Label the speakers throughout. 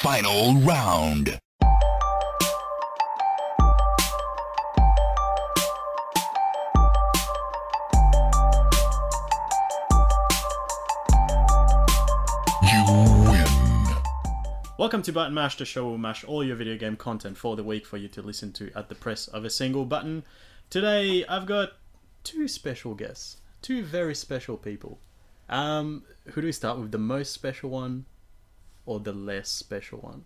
Speaker 1: final round. You win.
Speaker 2: Welcome to Button Mash, the show will mash all your video game content for the week for you to listen to at the press of a single button. Today, I've got two special guests, two very special people. Um, who do we start with? The most special one, or the less special one?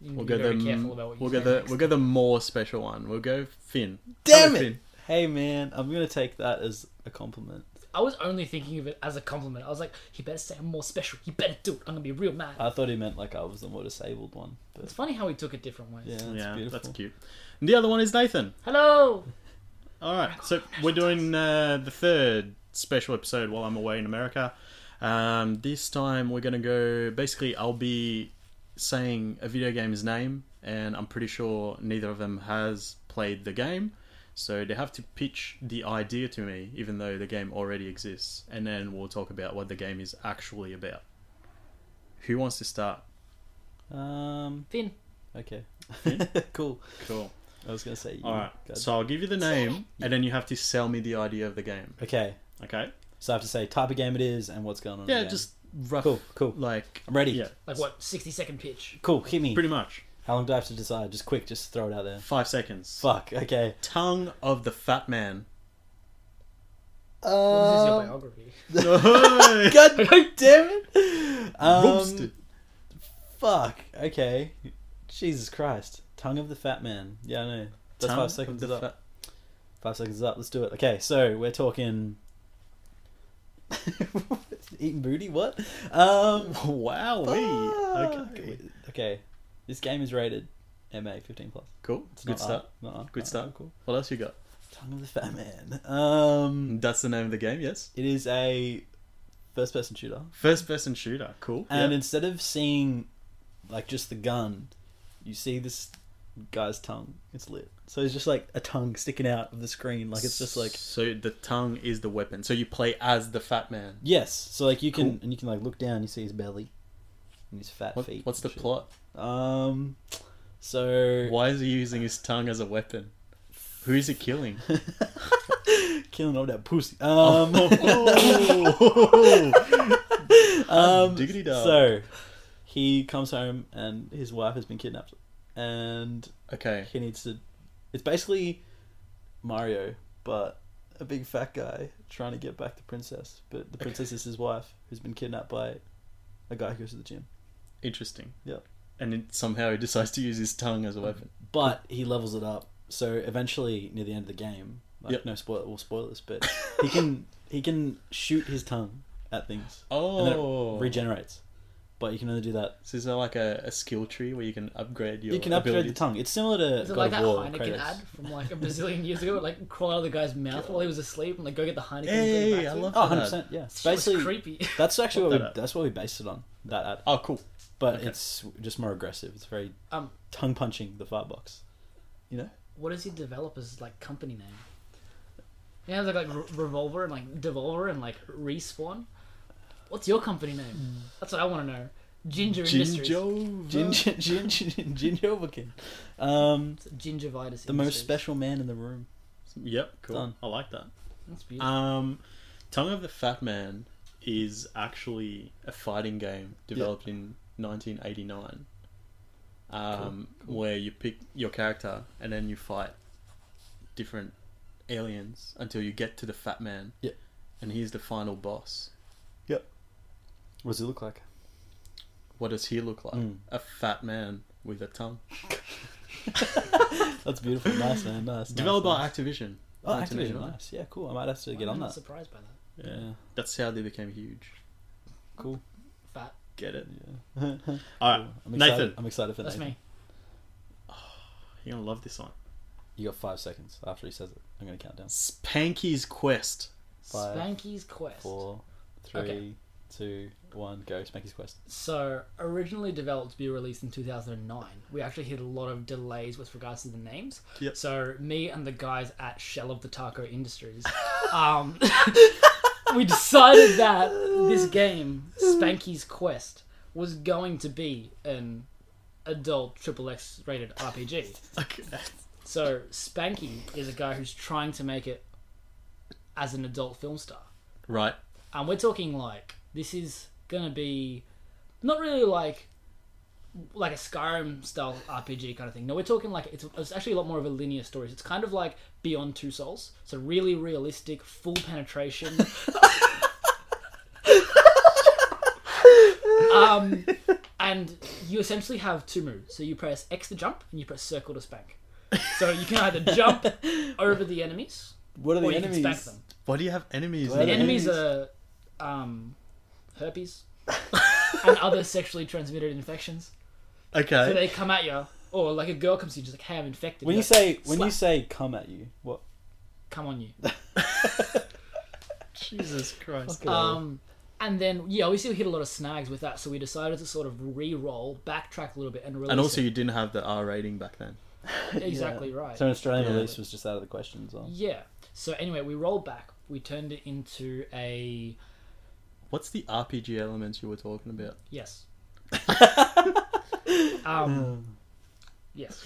Speaker 3: You can
Speaker 2: We'll
Speaker 3: be
Speaker 2: go
Speaker 3: very
Speaker 2: the
Speaker 3: careful about what you
Speaker 2: we'll
Speaker 3: say
Speaker 2: go the
Speaker 3: next.
Speaker 2: we'll go the more special one. We'll go Finn.
Speaker 4: Damn
Speaker 2: Go
Speaker 4: it!
Speaker 2: Finn.
Speaker 4: Hey man, I'm gonna take that as a compliment.
Speaker 3: I was only thinking of it as a compliment. I was like, he better say I'm more special. He better do it. I'm gonna be a real man.
Speaker 4: I thought he meant like I was the more disabled one, but
Speaker 3: it's funny how he took it different ways.
Speaker 4: yeah, that's
Speaker 2: yeah,
Speaker 4: beautiful.
Speaker 2: that's cute. And the other one is Nathan.
Speaker 3: Hello.
Speaker 2: All right, so we're doing uh, the third special episode while I'm away in America. Um, this time we're going to go. Basically, I'll be saying a video game's name, and I'm pretty sure neither of them has played the game. So they have to pitch the idea to me, even though the game already exists. And then we'll talk about what the game is actually about. Who wants to start?
Speaker 4: Um,
Speaker 3: Finn.
Speaker 4: okay, cool.
Speaker 2: Cool.
Speaker 4: I was gonna say you.
Speaker 2: All right.
Speaker 4: God.
Speaker 2: So I'll give you the name, and then you have to sell me the idea of the game.
Speaker 4: okay,
Speaker 2: Okay?
Speaker 4: so I have to say type of game it is and what's going on. in the
Speaker 2: Yeah,
Speaker 4: game.
Speaker 2: just rough.
Speaker 4: cool, cool,
Speaker 2: Like
Speaker 4: I'm ready.
Speaker 2: Yeah,
Speaker 3: Like what? Sixty second pitch.
Speaker 4: cool. Hit me.
Speaker 2: pretty much.
Speaker 4: How long do I have to decide? Just quick, just throw it out there.
Speaker 2: Five seconds.
Speaker 4: Fuck. Okay.
Speaker 2: Tongue of the fat man.
Speaker 3: Well, this is your
Speaker 4: Um,
Speaker 2: Hey!
Speaker 3: biography.
Speaker 4: God damn it! Um,
Speaker 2: Roasted.
Speaker 4: fuck. Okay. Jesus Christ. Tongue of the fat man. Yeah, I know. That's
Speaker 2: Tongue
Speaker 4: five
Speaker 2: of
Speaker 4: seconds
Speaker 2: the
Speaker 4: is up.
Speaker 2: fat-
Speaker 4: Five seconds is up. Let's do it. Okay, so we're talking eating booty. What? Um,
Speaker 2: Wow.
Speaker 4: fuck.
Speaker 2: Okay.
Speaker 4: Okay. This game is rated MA fifteen plus.
Speaker 2: Cool.
Speaker 4: It's
Speaker 2: Good
Speaker 4: not
Speaker 2: start.
Speaker 4: R, not R.
Speaker 2: Good
Speaker 4: Uh,
Speaker 2: start.
Speaker 4: Cool.
Speaker 2: What else you got?
Speaker 4: Tongue of the Fat Man. Um,
Speaker 2: That's the name of the game. Yes.
Speaker 4: it is a first-person shooter,
Speaker 2: First person shooter. Cool.
Speaker 4: and
Speaker 2: Yep.
Speaker 4: instead of seeing like just the gun, you see this guy's tongue. It's lit. So it's just like a tongue sticking out of the screen. Like it's just like
Speaker 2: so the tongue is the weapon. So you play as the fat man.
Speaker 4: Yes. So like you can
Speaker 2: Cool.
Speaker 4: and you can like look down, you see his belly and his fat
Speaker 2: What,
Speaker 4: feet.
Speaker 2: what's the
Speaker 4: and shit.
Speaker 2: plot?
Speaker 4: Um so
Speaker 2: Why is he using his tongue as a weapon? Who is he killing?
Speaker 4: killing all that pussy. Um
Speaker 2: Oh.
Speaker 4: Oh. um
Speaker 2: Diggity dog.
Speaker 4: So he comes home and his wife has been kidnapped and
Speaker 2: okay.
Speaker 4: he needs to it's basically Mario but a big fat guy trying to get back the princess, but the princess is his wife who's been kidnapped by a guy who goes to the gym.
Speaker 2: Interesting.
Speaker 4: Yep.
Speaker 2: And then somehow he decides to use his tongue as a weapon.
Speaker 4: but he levels it up. So eventually, near the end of the game, like
Speaker 2: Yep.
Speaker 4: no spoil, well, spoilers, but he can he can shoot his tongue at things and then
Speaker 2: Oh.
Speaker 4: it regenerates. But you can only do that.
Speaker 2: So is there like a, a skill tree where you can upgrade your
Speaker 4: you can upgrade
Speaker 2: ability?
Speaker 4: the tongue. It's similar to
Speaker 3: Is it
Speaker 4: God
Speaker 3: like
Speaker 4: of
Speaker 3: that
Speaker 4: War.
Speaker 3: Heineken
Speaker 4: Kratos.
Speaker 3: ad from like a bazillion years ago? Like crawl out of the guy's mouth while he was asleep and like go get the Heineken. and bring it
Speaker 2: Hey, I
Speaker 3: back to him?
Speaker 2: love
Speaker 4: Oh,
Speaker 2: that.
Speaker 4: 100 percent. Yeah,
Speaker 3: Shit was
Speaker 4: basically
Speaker 3: creepy.
Speaker 4: that's actually
Speaker 2: Fuck
Speaker 4: what
Speaker 2: that
Speaker 4: we,
Speaker 2: up.
Speaker 4: that's what we based it on that ad.
Speaker 2: Oh, cool.
Speaker 4: But
Speaker 2: okay.
Speaker 4: it's just more aggressive. It's very
Speaker 3: Um,
Speaker 4: tongue punching the fart box. You know,
Speaker 3: what is he develop as like company name? Yeah, like like Re- revolver and like devolver and like respawn. What's your company name? That's what I want to know. Ginger Industries.
Speaker 2: Jinjo.
Speaker 4: ginger, ginger, ginger, overkin. Um,
Speaker 3: It's Gingivitis.
Speaker 4: the most
Speaker 3: Industries.
Speaker 4: special man in the room.
Speaker 2: Yep, cool.
Speaker 4: Done.
Speaker 2: I like that.
Speaker 3: That's beautiful.
Speaker 2: Um, Tongue of the Fat Man is actually a fighting game developed in 1989, um, where you pick your character and then you fight different aliens until you get to the Fat Man.
Speaker 4: Yeah.
Speaker 2: And he's the final boss.
Speaker 4: What does it look like?
Speaker 2: What does he look like?
Speaker 4: Mm.
Speaker 2: A fat man with a tongue.
Speaker 4: That's beautiful. Nice, man. Nice.
Speaker 2: Developed by
Speaker 4: nice,
Speaker 2: Activision.
Speaker 4: nice. Oh,
Speaker 2: Activision,
Speaker 4: Activision.
Speaker 2: right?
Speaker 4: Nice. Yeah, cool. I might have to get
Speaker 3: I'm
Speaker 4: on
Speaker 3: not
Speaker 4: that.
Speaker 3: surprised by that.
Speaker 2: Yeah.
Speaker 4: Yeah.
Speaker 2: That's how they became huge.
Speaker 4: Cool.
Speaker 3: Fat.
Speaker 2: Get it?
Speaker 4: Yeah.
Speaker 2: All right,
Speaker 4: I'm excited.
Speaker 2: Nathan.
Speaker 4: I'm excited for that.
Speaker 3: That's me.
Speaker 2: You're gonna love this one.
Speaker 4: You got five seconds after he says it. I'm gonna count down.
Speaker 2: Spanky's Quest.
Speaker 4: Five,
Speaker 3: Spanky's Quest.
Speaker 4: Four,
Speaker 3: Okay.
Speaker 4: three, two, one. Go. Spanky's quest.
Speaker 3: So, originally developed to be released in 2009, we actually hit a lot of delays with regards to the names.
Speaker 2: Yep.
Speaker 3: So, me and the guys at Shell of the Taco Industries, um, we decided that this game, Spanky's Quest, was going to be an adult triple X rated RPG.
Speaker 2: Okay.
Speaker 3: So Spanky is a guy who's trying to make it as an adult film star.
Speaker 2: Right.
Speaker 3: And we're talking like this is gonna be not really like like a Skyrim style RPG kind of thing. No, we're talking like it's, it's actually a lot more of a linear story. It's kind of like Beyond Two Souls. So really realistic, full penetration. um, and you essentially have two moves. So you press X to jump, and you press circle to spank. So you can either jump over the enemies,
Speaker 4: What are the
Speaker 3: or you
Speaker 4: enemies?
Speaker 3: can spank them.
Speaker 2: Why do you have enemies? in
Speaker 4: Why do
Speaker 3: The
Speaker 2: it?
Speaker 4: they-
Speaker 3: enemies are um, herpes and other sexually transmitted infections.
Speaker 2: Okay.
Speaker 3: So they come at you, or like a girl comes to you, just like, "Hey, I'm infected."
Speaker 4: When
Speaker 3: You're
Speaker 4: you
Speaker 3: like,
Speaker 4: say when you
Speaker 3: slap.
Speaker 4: say come at you, what?
Speaker 3: "Come on, you,"
Speaker 2: Jesus Christ.
Speaker 3: um, and then yeah, we still hit a lot of snags with that, so we decided to sort of re-roll, backtrack a little bit, and release.
Speaker 2: and also,
Speaker 3: it.
Speaker 2: you didn't have the R rating back then.
Speaker 3: exactly
Speaker 4: Yeah.
Speaker 3: right.
Speaker 4: So an Australian
Speaker 2: Yeah.
Speaker 4: release was just out of the question. So.
Speaker 3: yeah. So anyway, we rolled back. We turned it into a
Speaker 2: What's the RPG elements you were talking about?
Speaker 3: yes. um, yes.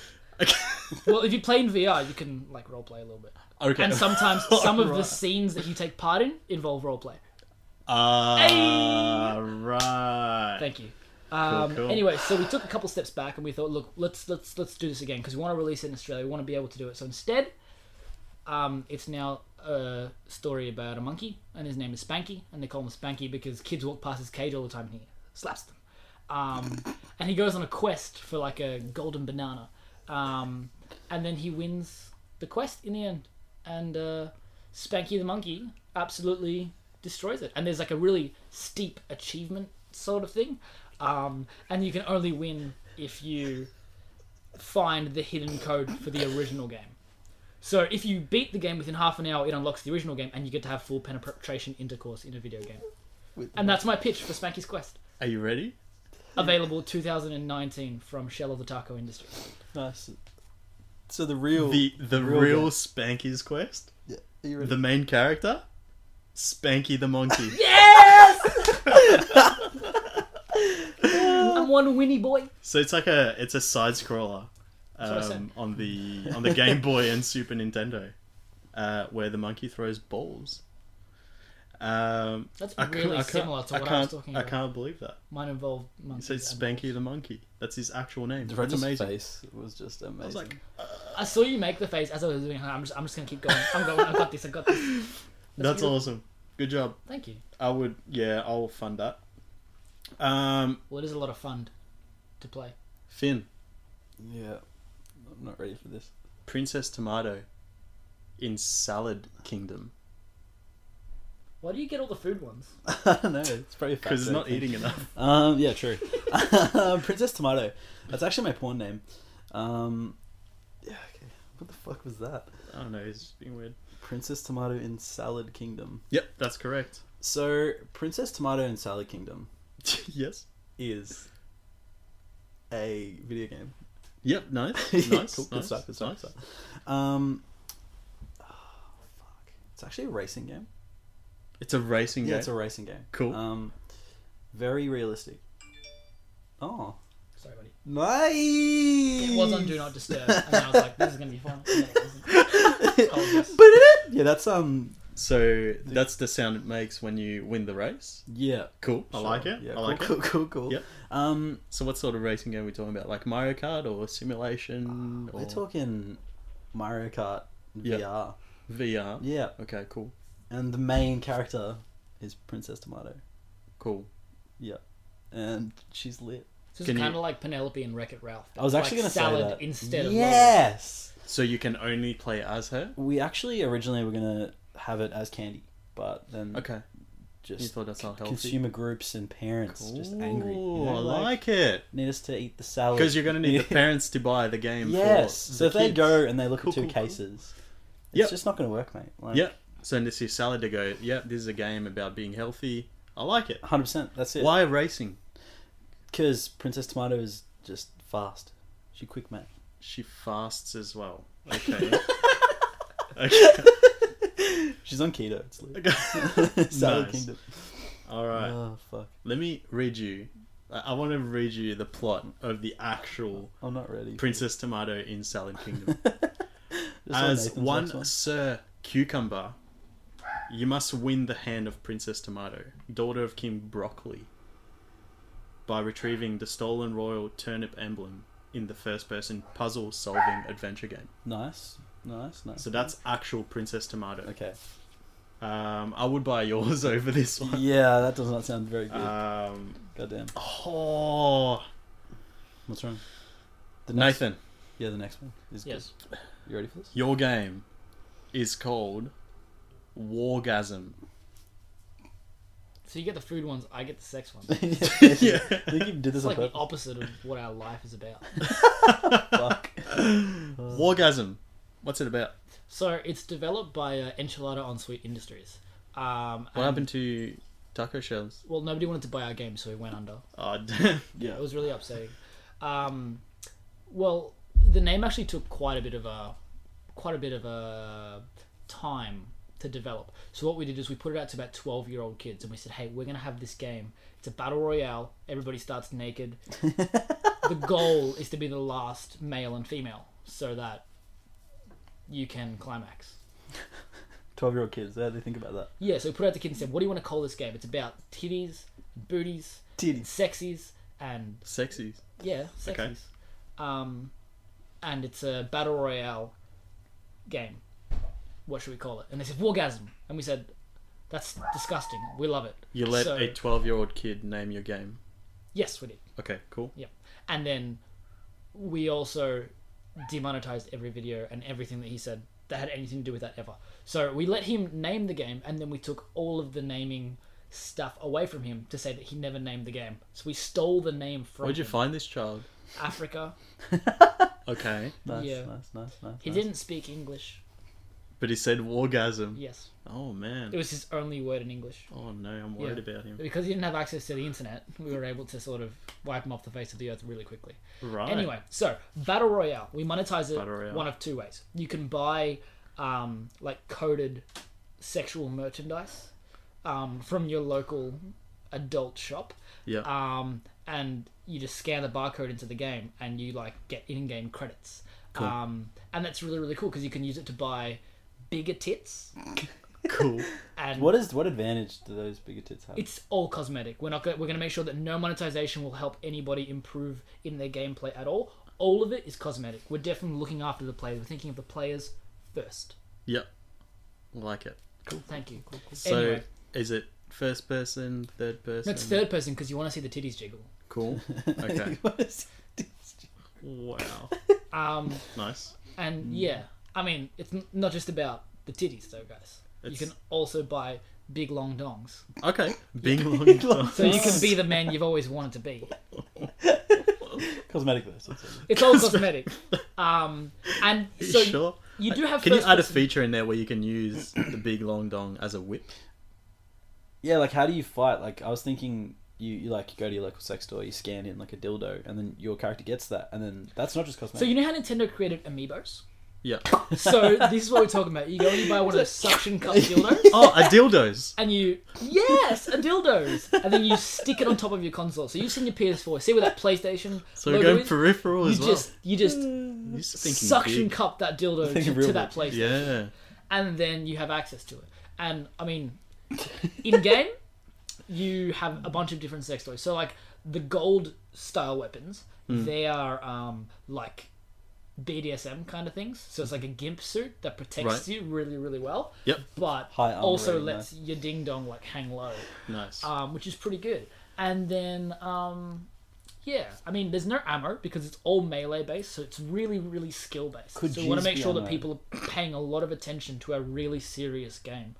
Speaker 3: well, if you play in VR, you can like roleplay a little bit.
Speaker 2: Okay.
Speaker 3: And sometimes some of the
Speaker 2: Right.
Speaker 3: scenes that you take part in involve roleplay.
Speaker 2: Ah, right.
Speaker 3: Thank you. Um,
Speaker 2: cool.
Speaker 3: Anyway, so we took a couple steps back and we thought, look, let's let's let's do this again because we want to release it in Australia. We want to be able to do it. So instead, um, it's now a story about a monkey and his name is Spanky, and they call him Spanky because kids walk past his cage all the time and he slaps them. Um, and he goes on a quest for like a golden banana, um, and then he wins the quest in the end. And uh, Spanky the monkey absolutely destroys it. And there's like a really steep achievement sort of thing, um, and you can only win if you find the hidden code for the original game. So if you beat the game within half an hour, it unlocks the original game, and you get to have full penetration intercourse in a video game. And that's my pitch for Spanky's Quest.
Speaker 2: Are you ready?
Speaker 3: Available 2019 from Shell of the Taco Industry.
Speaker 4: Nice. So the real
Speaker 2: The the
Speaker 4: Real
Speaker 2: real,
Speaker 4: game.
Speaker 2: Spanky's quest.
Speaker 4: Yeah, are you ready?
Speaker 2: The main character, Spanky the monkey.
Speaker 3: I'm one Winnie boy.
Speaker 2: So it's like a it's a side scroller
Speaker 3: what I said.
Speaker 2: um, on the on the Game Boy and Super Nintendo, uh, where the monkey throws balls. Um,
Speaker 3: That's
Speaker 2: I can't- I
Speaker 3: really
Speaker 2: can't-
Speaker 3: similar to
Speaker 2: I
Speaker 3: what I,
Speaker 2: can't,
Speaker 3: was talking about.
Speaker 2: I can't believe that.
Speaker 3: Mine involved
Speaker 2: It
Speaker 3: monkeys.
Speaker 2: says
Speaker 3: and-
Speaker 2: Spanky the monkey. That's his actual name.
Speaker 4: The
Speaker 2: That's
Speaker 4: Roger's
Speaker 2: amazing.
Speaker 4: face was just amazing.
Speaker 2: I was like,
Speaker 3: I saw you make the face as I was doing. it. I'm just, I'm just gonna keep going. I'm going. I got this. I got this.
Speaker 2: that's
Speaker 3: beautiful.
Speaker 2: awesome. Good job.
Speaker 3: Thank you.
Speaker 2: I would, yeah, I'll fund that. Um,
Speaker 3: Well, it is a lot of fun to play.
Speaker 2: Finn,
Speaker 4: yeah, I'm not ready for this.
Speaker 2: Princess Tomato, in Salad Kingdom,
Speaker 3: Why do you get all the food ones?
Speaker 4: I don't know. It's probably
Speaker 2: because it's not
Speaker 4: eating.
Speaker 2: eating enough.
Speaker 4: Um, yeah, true. Princess Tomato. That's actually my porn name. Um, yeah, okay. What the fuck was that?
Speaker 2: I don't know. It's just being weird.
Speaker 4: Princess Tomato in Salad Kingdom.
Speaker 2: Yep, that's correct.
Speaker 4: So, Princess Tomato in Salad Kingdom
Speaker 2: yes.
Speaker 4: is a video game.
Speaker 2: Yep. Nice. Nice.
Speaker 4: Cool,
Speaker 2: nice.
Speaker 4: Good stuff. Good stuff.
Speaker 2: nice.
Speaker 4: good stuff. Um, oh, fuck. It's actually a racing game.
Speaker 2: It's a racing
Speaker 4: Yeah,
Speaker 2: game.
Speaker 4: it's a racing game.
Speaker 2: Cool.
Speaker 4: Um, very realistic. Oh,
Speaker 3: Sorry, buddy.
Speaker 4: nice.
Speaker 3: It was on Do Not Disturb, and I was like, this is gonna be fun. And then it wasn't. Apologies.
Speaker 4: yeah, that's um.
Speaker 2: so that's the sound it makes when you win the race.
Speaker 4: Yeah,
Speaker 2: Cool. I
Speaker 4: sure.
Speaker 2: like it.
Speaker 4: Yeah,
Speaker 2: I
Speaker 4: cool,
Speaker 2: like
Speaker 4: cool,
Speaker 2: it.
Speaker 4: cool, cool.
Speaker 2: Yep.
Speaker 4: Um,
Speaker 2: So what sort of racing game are we talking about? Like Mario Kart or simulation or
Speaker 4: we're talking Mario Kart
Speaker 2: Yeah.
Speaker 4: VR.
Speaker 2: VR?
Speaker 4: Yeah,
Speaker 2: Okay. Cool.
Speaker 4: and the main character is Princess Tomato.
Speaker 2: Cool.
Speaker 4: And she's lit.
Speaker 3: So it's
Speaker 2: Can you-
Speaker 3: kind of like Penelope and Wreck It Ralph.
Speaker 4: I was
Speaker 3: It's
Speaker 4: actually
Speaker 3: like
Speaker 4: gonna
Speaker 3: salad
Speaker 4: say that.
Speaker 3: instead of rolls.
Speaker 4: yes,
Speaker 2: So you can only play as her.
Speaker 4: we actually originally were gonna have it as candy, but then
Speaker 2: Okay.
Speaker 4: just
Speaker 2: You thought that's not healthy.
Speaker 4: consumer groups and parents just angry. you
Speaker 2: Cool,
Speaker 4: know,
Speaker 2: I like, it
Speaker 4: need us to eat the salad
Speaker 2: because you're going to need the parents to buy the game.
Speaker 4: yes.
Speaker 2: For
Speaker 4: So
Speaker 2: the
Speaker 4: if they
Speaker 2: kids.
Speaker 4: go and they look
Speaker 2: Cool,
Speaker 4: at two
Speaker 2: cool, cool.
Speaker 4: cases,
Speaker 2: Yep.
Speaker 4: it's just not going to work, mate. Like,
Speaker 2: Yep. Send this your salad to go. Yep. This is a game about being healthy. I like it.
Speaker 4: hundred percent. That's it.
Speaker 2: Why racing?
Speaker 4: Because Princess Tomato is just fast. She quick, mate.
Speaker 2: She fasts as well. Okay. okay.
Speaker 4: She's on keto. It's lit.
Speaker 2: Okay.
Speaker 4: Salad
Speaker 2: Nice.
Speaker 4: Kingdom.
Speaker 2: All right.
Speaker 4: Oh fuck.
Speaker 2: Let me read you I, I want to read you the plot of the actual
Speaker 4: I'm not ready.
Speaker 2: Princess Tomato in Salad Kingdom.
Speaker 4: Just like
Speaker 2: As
Speaker 4: Nathan's
Speaker 2: one
Speaker 4: next one.
Speaker 2: Sir Cucumber, you must win the hand of Princess Tomato, daughter of King Broccoli, by retrieving the stolen royal turnip emblem in the first person puzzle solving adventure game.
Speaker 4: Nice, nice, nice.
Speaker 2: So that's actual Princess Tomato.
Speaker 4: okay.
Speaker 2: Um, I would buy yours over this one.
Speaker 4: Yeah, that does not sound very good.
Speaker 2: Um,
Speaker 4: Goddamn.
Speaker 2: oh,
Speaker 4: What's wrong? The next,
Speaker 2: Nathan,
Speaker 4: Yeah, the next one is good.
Speaker 3: Yes.
Speaker 4: You ready for this?
Speaker 2: your game is called Wargasm.
Speaker 3: So you get the food ones, I get the sex ones.
Speaker 4: yeah. I think you did this
Speaker 3: It's
Speaker 4: on
Speaker 3: like the
Speaker 4: purpose.
Speaker 3: opposite of what our life is about.
Speaker 4: Fuck. Uh,
Speaker 2: Wargasm. What's it about?
Speaker 3: So it's developed by uh, Enchilada Ensuite Industries. Um,
Speaker 2: What
Speaker 3: and-
Speaker 2: happened to taco shells?
Speaker 3: Well, nobody wanted to buy our game, so we went under.
Speaker 2: Oh, damn.
Speaker 4: Yeah.
Speaker 3: It was really upsetting. Um, well, the name actually took quite a bit of a quite a bit of a time to develop. So what we did is we put it out to about twelve year old kids, and we said, "Hey, we're gonna have this game. It's a battle royale. Everybody starts naked. the goal is to be the last male and female, so that you can climax."
Speaker 4: Twelve-year-old kids. How do they think about that?
Speaker 3: Yeah, so we put out the kids and said, "What do you want to call this game? It's about titties, booties,
Speaker 4: Titties.
Speaker 3: sexies, and
Speaker 2: Sexy.
Speaker 3: Yeah, sexies.
Speaker 2: Okay.
Speaker 3: Um, and it's a battle royale game. What should we call it? And they said Wargasm, and we said, "That's disgusting. We love it."
Speaker 2: You let
Speaker 3: So-
Speaker 2: a 12 year old kid name your game.
Speaker 3: Yes, we did.
Speaker 2: Okay, cool.
Speaker 3: Yep. And then we also demonetized every video and everything that he said that had anything to do with that ever. So we let him name the game, and then we took all of the naming stuff away from him to say that he never named the game. So we stole the name from
Speaker 2: Where'd you
Speaker 3: him.
Speaker 2: find this child?
Speaker 3: Africa.
Speaker 2: Okay.
Speaker 4: Nice,
Speaker 3: Yeah.
Speaker 4: nice, nice, nice.
Speaker 3: He
Speaker 4: nice.
Speaker 3: didn't speak English.
Speaker 2: But he said wargasm.
Speaker 3: Yes.
Speaker 2: Oh, man.
Speaker 3: It was his only word in English.
Speaker 2: Oh, no, I'm worried
Speaker 3: Yeah.
Speaker 2: about him.
Speaker 3: Because he didn't have access to the internet, we were able to sort of wipe him off the face of the earth really quickly.
Speaker 2: Right.
Speaker 3: Anyway, so Battle Royale, we monetize
Speaker 2: Battle Royale.
Speaker 3: it one of two ways. You can buy um, like coded sexual merchandise um, from your local adult shop.
Speaker 2: Yeah.
Speaker 3: Um, and you just scan the barcode into the game and you like get in-game credits. Um, and that's really really cool because you can use it to buy bigger tits
Speaker 2: cool.
Speaker 3: and
Speaker 4: What is what advantage do those bigger tits have?
Speaker 3: it's all cosmetic. We're not gonna, we're going to make sure that no monetization will help anybody improve in their gameplay at all. All of it is cosmetic. We're definitely looking after the players. We're thinking of the players first.
Speaker 2: yep. Like it.
Speaker 3: Cool. Thank you. Cool, cool.
Speaker 2: So,
Speaker 3: anyway,
Speaker 2: is it first person, third person?
Speaker 3: that's third person because you want to see the titties jiggle.
Speaker 2: Cool. Okay.
Speaker 4: What is-
Speaker 2: wow.
Speaker 3: Um,
Speaker 2: Nice.
Speaker 3: and
Speaker 2: Mm.
Speaker 3: yeah, I mean, it's n- not just about the titties though, guys.
Speaker 2: It's-
Speaker 3: You can also buy big long dongs,
Speaker 2: Okay. Bing long.
Speaker 3: so you can be the man you've always wanted to be.
Speaker 4: Cosmetic though. so it's okay.
Speaker 3: It's all cosmetic. Um, and so
Speaker 2: sure.
Speaker 3: you do have.
Speaker 2: Can you
Speaker 3: first
Speaker 2: add a
Speaker 3: person-
Speaker 2: feature in there where you can use the big long dong as a whip?
Speaker 4: Yeah, like how do you fight? Like I was thinking, you, you like you go to your local sex store, you scan in like a dildo, and then your character gets that, and then that's not just cosmetic.
Speaker 3: So you know how Nintendo created amiibos?
Speaker 2: Yeah.
Speaker 3: So this is what we're talking about. You go and you buy one of those suction cup dildos,
Speaker 2: Oh, a dildos.
Speaker 3: and you yes, a dildos, and then you stick it on top of your console. So you've seen your PS4, see where that PlayStation
Speaker 2: So we're
Speaker 3: logo
Speaker 2: going
Speaker 3: is?
Speaker 2: peripheral
Speaker 3: You
Speaker 2: as well.
Speaker 3: just you just
Speaker 2: You're just thinking
Speaker 3: suction
Speaker 2: big.
Speaker 3: cup that dildo
Speaker 4: Thinking
Speaker 3: to,
Speaker 4: real
Speaker 3: to that
Speaker 4: big.
Speaker 3: PlayStation,
Speaker 2: Yeah.
Speaker 3: and then you have access to it. And I mean, in game, you have a bunch of different sex toys. So like the gold style weapons, they are um, like BDSM kind of things. So it's like a gimp suit that protects
Speaker 2: Right.
Speaker 3: you really, really well.
Speaker 2: Yep.
Speaker 3: But
Speaker 4: High armor
Speaker 3: also
Speaker 4: rating,
Speaker 3: lets your ding dong like hang low,
Speaker 2: Nice.
Speaker 3: um, which is pretty good. And then um, yeah, I mean, there's no ammo because it's all melee based, so it's really, really skill based.
Speaker 4: Could
Speaker 3: so we want
Speaker 4: G's
Speaker 3: to make
Speaker 4: be
Speaker 3: sure that
Speaker 4: ammo?
Speaker 3: people are paying a lot of attention to a really serious game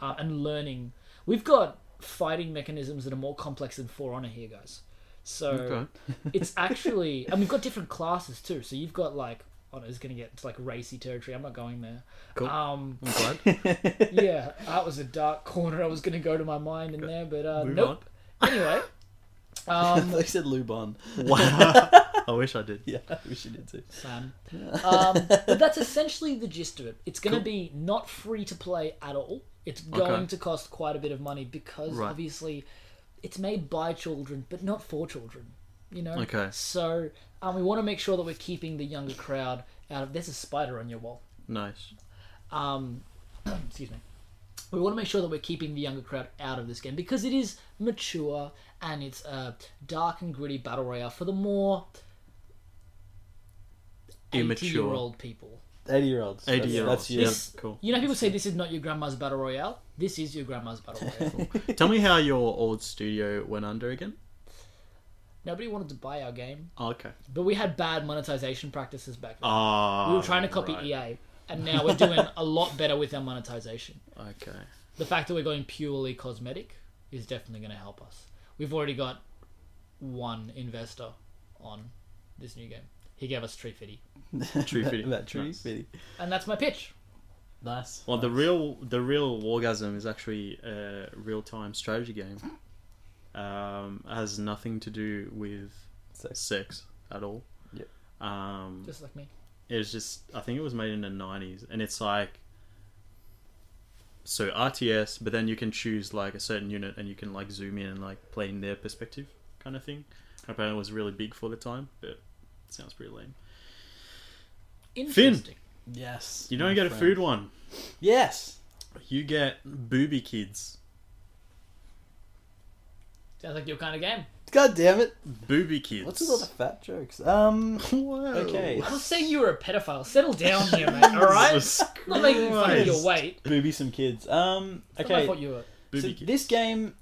Speaker 3: uh, and learning. We've got fighting mechanisms that are more complex than For Honor here, guys. So
Speaker 2: Okay.
Speaker 3: it's actually, and we've got different classes too. So you've got like, oh no, it's going to get into like racy territory. I'm not going there.
Speaker 2: Cool.
Speaker 3: Um,
Speaker 2: I'm glad.
Speaker 3: yeah, that was a dark corner I was going to go to my mind in there, but uh,
Speaker 2: Move
Speaker 3: nope. Anyway, um,
Speaker 4: they said lube on.
Speaker 2: on. Wow. I wish I did.
Speaker 4: Yeah, I wish you did too.
Speaker 3: Sam. Um, but that's essentially the gist of it. It's going to be not free to play at all. It's going
Speaker 2: Okay.
Speaker 3: to cost quite a bit of money because
Speaker 2: Right.
Speaker 3: obviously it's made by children, but not for children. You know.
Speaker 2: Okay.
Speaker 3: So um, we want to make sure that we're keeping the younger crowd out of. There's a spider on your wall.
Speaker 2: Nice.
Speaker 3: Um, excuse me. We want to make sure that we're keeping the younger crowd out of this game because it is mature and it's a dark and gritty battle royale for the more
Speaker 2: Immature.
Speaker 3: eighty-year-old people.
Speaker 4: Eighty-year-olds.
Speaker 2: Eighty year olds.
Speaker 4: That's, that's you.
Speaker 2: Yeah,
Speaker 3: This-
Speaker 2: cool.
Speaker 3: You know, people say this is not your grandma's battle royale. This is your grandma's battle royale.
Speaker 2: Tell me how your old studio went under again.
Speaker 3: Nobody wanted to buy our game,
Speaker 2: Oh, okay.
Speaker 3: but we had bad monetization practices back then.
Speaker 2: Ah.
Speaker 3: we were trying to copy E
Speaker 2: right.
Speaker 3: EA, and now we're doing a lot better with our monetization.
Speaker 2: Okay.
Speaker 3: the fact that we're going purely cosmetic is definitely going to help us. We've already got one investor on this new game. He gave us Tree Fitty.
Speaker 2: Tree fitting.
Speaker 4: That, that tree
Speaker 2: Nice.
Speaker 4: fitting.
Speaker 3: And that's my pitch.
Speaker 4: Nice.
Speaker 2: Well, the real the real Wargasm is actually a real time strategy game. Um, has nothing to do with
Speaker 4: Sex.
Speaker 2: sex at all.
Speaker 4: Yep.
Speaker 2: Um,
Speaker 3: Just like me.
Speaker 2: it was just I think it was made in the nineties, and it's like so RTS, but then you can choose like a certain unit, and you can like zoom in and like play in their perspective kind of thing. Apparently, it was really big for the time, but it sounds pretty lame.
Speaker 3: Interesting.
Speaker 4: Yes.
Speaker 2: You don't
Speaker 4: my
Speaker 2: get a
Speaker 4: friend.
Speaker 2: food one;
Speaker 4: Yes.
Speaker 2: you get booby kids.
Speaker 3: Sounds like your kind of game.
Speaker 4: God damn it.
Speaker 2: Booby kids.
Speaker 4: What's with all the fat jokes? Um.
Speaker 2: Whoa.
Speaker 4: Okay.
Speaker 3: I was saying you were a pedophile. Settle down here, mate. All right.
Speaker 2: Jesus
Speaker 3: Not making fun of your
Speaker 2: Christ.
Speaker 3: weight.
Speaker 4: Booby some kids. Um.
Speaker 3: It's not my
Speaker 4: Okay.
Speaker 3: fault you were.
Speaker 2: Booby
Speaker 4: so
Speaker 2: kids.
Speaker 4: this game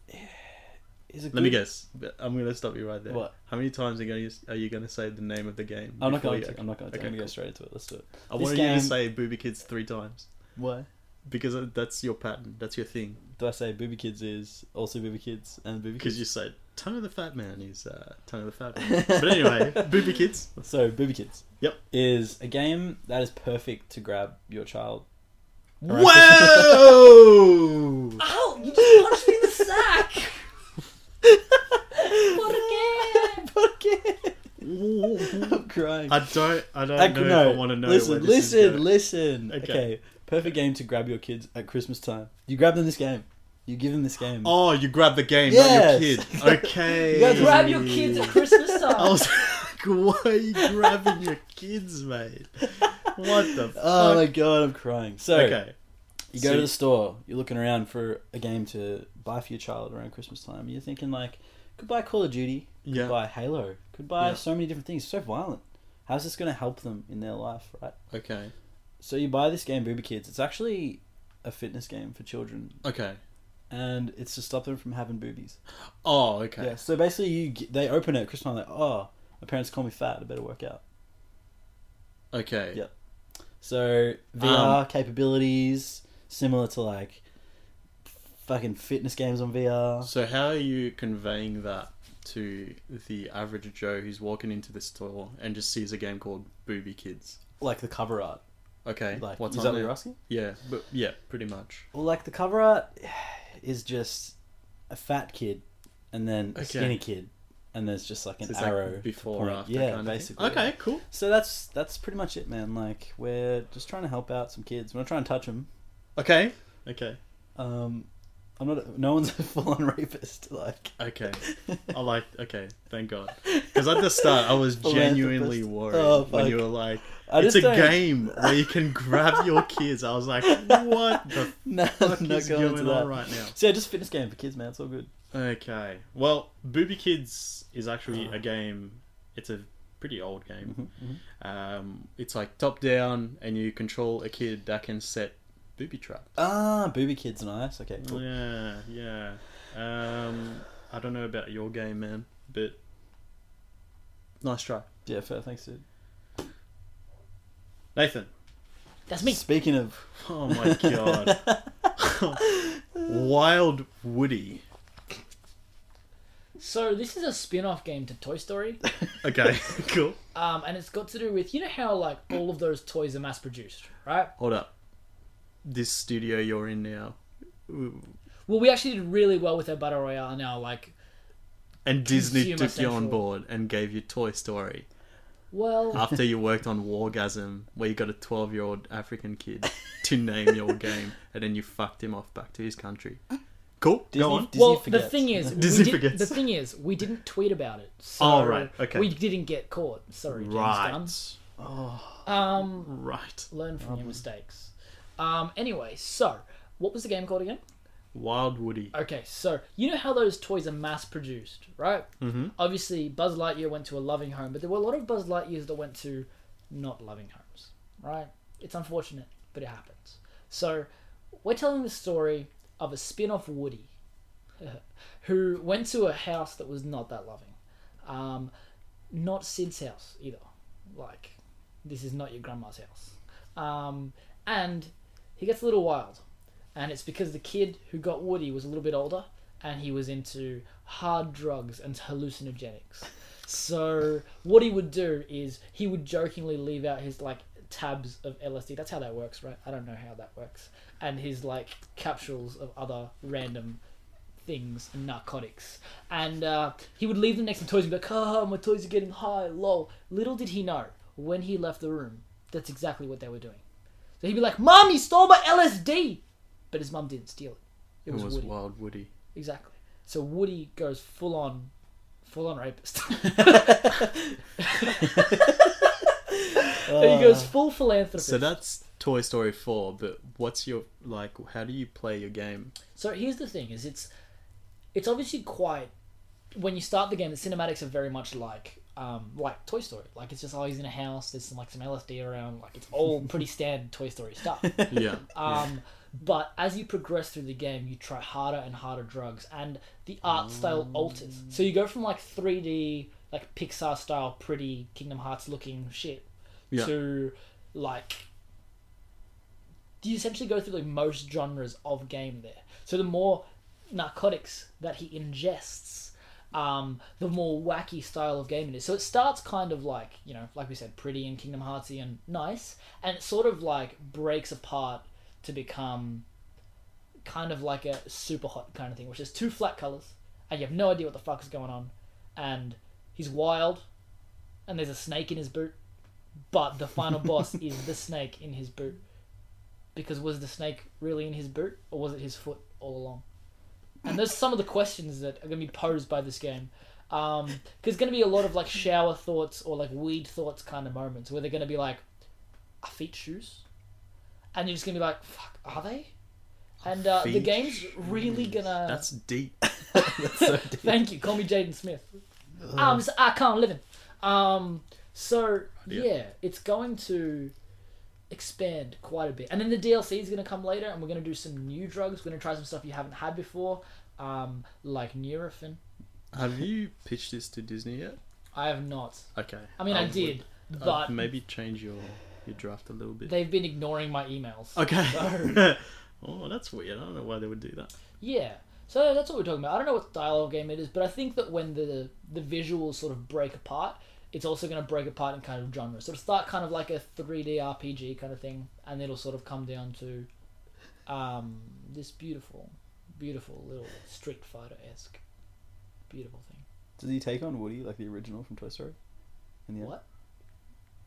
Speaker 4: is a.
Speaker 2: Let me
Speaker 4: good-
Speaker 2: guess. I'm going to stop you right there.
Speaker 4: What?
Speaker 2: How many times are you going to, are you going to say the name of the game?
Speaker 4: I'm not
Speaker 2: before
Speaker 4: going
Speaker 2: you-
Speaker 4: to. I'm not going to.
Speaker 2: Okay,
Speaker 4: I'm going to go
Speaker 2: cool.
Speaker 4: straight into it. Let's do it.
Speaker 2: I
Speaker 4: This
Speaker 2: wanted you
Speaker 4: game-
Speaker 2: to say booby kids three times
Speaker 4: Why?
Speaker 2: because uh, that's your pattern. That's your thing.
Speaker 4: Do I say booby kids is also booby kids and booby
Speaker 2: Because
Speaker 4: kids?
Speaker 2: you say ton of the fat man is uh, ton of the fat man. but anyway, booby kids.
Speaker 4: So booby kids.
Speaker 2: Yep.
Speaker 4: Is a game that is perfect to grab your child. around Christmas.
Speaker 2: Whoa!
Speaker 3: Ow! You just punched me in the sack. what a game!
Speaker 4: I'm crying.
Speaker 2: I don't. I don't know if I want to know.
Speaker 4: Listen,
Speaker 2: where this is
Speaker 4: listen,
Speaker 2: going.
Speaker 4: listen. Okay.
Speaker 2: Okay.
Speaker 4: perfect game to grab your kids at Christmas time. You grab them this game. You give them this game.
Speaker 2: Oh, you grab the game, not your
Speaker 4: Yes.
Speaker 2: kid. Okay.
Speaker 4: You guys
Speaker 3: Grab your kids at Christmas time.
Speaker 2: I was like, why are you grabbing your kids, mate? What the fuck?
Speaker 4: Oh my god, I'm crying. So
Speaker 2: okay.
Speaker 4: you go
Speaker 2: So-
Speaker 4: to the store. You're looking around for a game to buy for your child around Christmas time. You're thinking like, could buy Call of Duty. Could
Speaker 2: Yeah.
Speaker 4: buy Halo. Could buy
Speaker 2: Yeah.
Speaker 4: so many different things. So violent. How's this going to help them in their life, right?
Speaker 2: Okay.
Speaker 4: So you buy this game, Booby Kids. It's actually a fitness game for children,
Speaker 2: Okay.
Speaker 4: and it's to stop them from having boobies.
Speaker 2: Oh, okay.
Speaker 4: Yeah. So basically, you g- they open it at Christmas time. Like, oh, my parents call me fat. I better work out.
Speaker 2: Okay.
Speaker 4: Yeah. So
Speaker 2: Um,
Speaker 4: VR capabilities similar to like fucking fitness games on VR.
Speaker 2: So how are you conveying that to the average Joe who's walking into the store and just sees a game called Booby Kids?
Speaker 4: Like the cover art.
Speaker 2: Okay.
Speaker 4: Like,
Speaker 2: what's
Speaker 4: is
Speaker 2: on
Speaker 4: that what
Speaker 2: there?
Speaker 4: you're asking?
Speaker 2: Yeah, but yeah, pretty much.
Speaker 4: Well, like the cover art is just a fat kid and then a
Speaker 2: Okay.
Speaker 4: skinny kid, and there's just like an
Speaker 2: So it's like
Speaker 4: arrow
Speaker 2: before
Speaker 4: point.
Speaker 2: or after.
Speaker 4: Yeah,
Speaker 2: kind of
Speaker 4: basically.
Speaker 2: Thing. Okay, cool.
Speaker 4: So that's that's pretty much it, man. Like we're just trying to help out some kids. We're not trying to touch them.
Speaker 2: Okay. Okay.
Speaker 4: Um, I'm not. No one's a full-on rapist. Like
Speaker 2: Okay. I like. Okay. Thank God. Because at the start, I was genuinely
Speaker 4: Philanthropist.
Speaker 2: worried
Speaker 4: Oh,
Speaker 2: when you
Speaker 4: fuck.
Speaker 2: were like,
Speaker 4: I
Speaker 2: "It's a
Speaker 4: just don't-
Speaker 2: game where you can grab your kids." I was like, "What the
Speaker 4: no,
Speaker 2: fuck
Speaker 4: I'm not
Speaker 2: is
Speaker 4: going,
Speaker 2: going
Speaker 4: to that.
Speaker 2: on right now?"
Speaker 4: So yeah, just fitness game for kids, man. It's all good.
Speaker 2: Okay. Well, Booby Kids is actually a game. It's a pretty old game. Um, it's like top down, and you control a kid that can set booby traps.
Speaker 4: Ah, booby kids, nice. Okay, cool.
Speaker 2: Yeah, yeah. Um, I don't know about your game, man, but nice try,
Speaker 4: Yeah, fair. Thanks, dude.
Speaker 2: Nathan.
Speaker 3: That's me.
Speaker 4: Speaking of,
Speaker 2: Oh my god, Wild Woody.
Speaker 3: So this is a spin-off game to Toy Story.
Speaker 2: Okay, cool.
Speaker 3: Um, and it's got to do with you know how like all of those toys are mass produced, right?
Speaker 2: Hold up. This studio you're in now,
Speaker 3: Well, we actually did really well with our battle royale and our like.
Speaker 2: and Disney
Speaker 3: Consumer
Speaker 2: took you on
Speaker 3: central.
Speaker 2: board and gave you Toy Story.
Speaker 3: Well,
Speaker 2: after you worked on Wargasm, where you got a 12 year old African kid to name your game, and then you fucked him off back to his country. Cool.
Speaker 4: Disney,
Speaker 2: Go on.
Speaker 4: Disney
Speaker 3: well,
Speaker 4: forgets.
Speaker 3: the thing is,
Speaker 2: Disney
Speaker 3: we didn't-
Speaker 2: forgets.
Speaker 3: the thing is, we didn't tweet about it. So
Speaker 2: Oh, right, okay.
Speaker 3: We didn't get caught. Sorry, James Gunn.
Speaker 2: Right.
Speaker 3: Um,
Speaker 2: Right.
Speaker 3: learn from your mistakes. Um, anyway, so what was the game called again?
Speaker 2: Wild Woody.
Speaker 3: Okay, so you know how those toys are mass produced, right? Mm-hmm. Obviously, Buzz Lightyear went to a loving home, but there were a lot of Buzz Lightyears that went to not loving homes, right? It's unfortunate, but it happens. So, we're telling the story of a spin off Woody who went to a house that was not that loving. Um, not Sid's house either. Like, this is not your grandma's house. Um, and he gets a little wild and it's because the kid who got Woody was a little bit older and he was into hard drugs and hallucinogenics. So what he would do is he would jokingly leave out his like tabs of LSD. That's how that works, right? I don't know how that works. And his like capsules of other random things and narcotics. And uh, he would leave them next to toys and be like, "Ah, my toys are getting high, lol." Little did he know when he left the room, that's exactly what they were doing. So he'd be like, "Mom, he stole my LSD," but his mum didn't steal it. It
Speaker 2: It
Speaker 3: was,
Speaker 2: was
Speaker 3: Woody.
Speaker 2: Wild Woody.
Speaker 3: Exactly. So Woody goes full on, full on rapist. he goes full philanthropist.
Speaker 2: So that's Toy Story 4, but what's your, like, how do you play your game?
Speaker 3: So here's the thing: is it's it's obviously quite when you start the game. The cinematics are very much like um, like Toy Story. Like it's just oh he's in a house. There's some like some LSD around. Like it's all pretty standard Toy Story stuff.
Speaker 2: Yeah.
Speaker 3: Um, but as you progress through the game, you try harder and harder drugs, and the art style
Speaker 2: Mm.
Speaker 3: alters. So you go from like 3D, like Pixar style, pretty Kingdom Hearts looking shit,
Speaker 2: Yeah.
Speaker 3: to like. You essentially go through like most genres of game there. So the more narcotics that he ingests, um, the more wacky style of game it is. So it starts kind of like you know, like we said, pretty and Kingdom Heartsy and nice, and it sort of like breaks apart to become kind of like a super hot kind of thing, which is two flat colors, and you have no idea what the fuck is going on, and he's wild, and there's a snake in his boot, but the final boss is the snake in his boot, because was the snake really in his boot, or was it his foot all along? And there's some of the questions that are going to be posed by this game. Um, 'cause there's going to be a lot of like shower thoughts or like weed thoughts kind of moments where they're going to be like, are feet shoes? And you're just going to be like, fuck, are they? And uh, the
Speaker 2: Feet
Speaker 3: game's really going to.
Speaker 2: That's deep.
Speaker 3: Thank you. Call me Jaden Smith. I'm just I can't live in. Um, so yeah. it's going to expand quite a bit, and then the DLC is going to come later, and we're going to do some new drugs. We're going to try some stuff you haven't had before, um, like Nurofen.
Speaker 2: Have you pitched this to Disney yet?
Speaker 3: I have not.
Speaker 2: Okay.
Speaker 3: I mean, I,
Speaker 2: would-
Speaker 3: did,
Speaker 2: I'd Uh,
Speaker 3: but
Speaker 2: maybe change your, your draft a little bit.
Speaker 3: they've been ignoring my emails.
Speaker 2: Okay. oh, that's weird. I don't know why they would do that.
Speaker 3: Yeah. So that's what we're talking about. I don't know what dialogue game it is, but I think that when the the visuals sort of break apart, it's also going to break apart in kind of genre. So it'll start kind of like a 3D RPG kind of thing, and it'll sort of come down to um, this beautiful, beautiful little Street Fighter esque beautiful thing.
Speaker 4: Does he take on Woody like the original from Toy Story? In the end?
Speaker 3: What?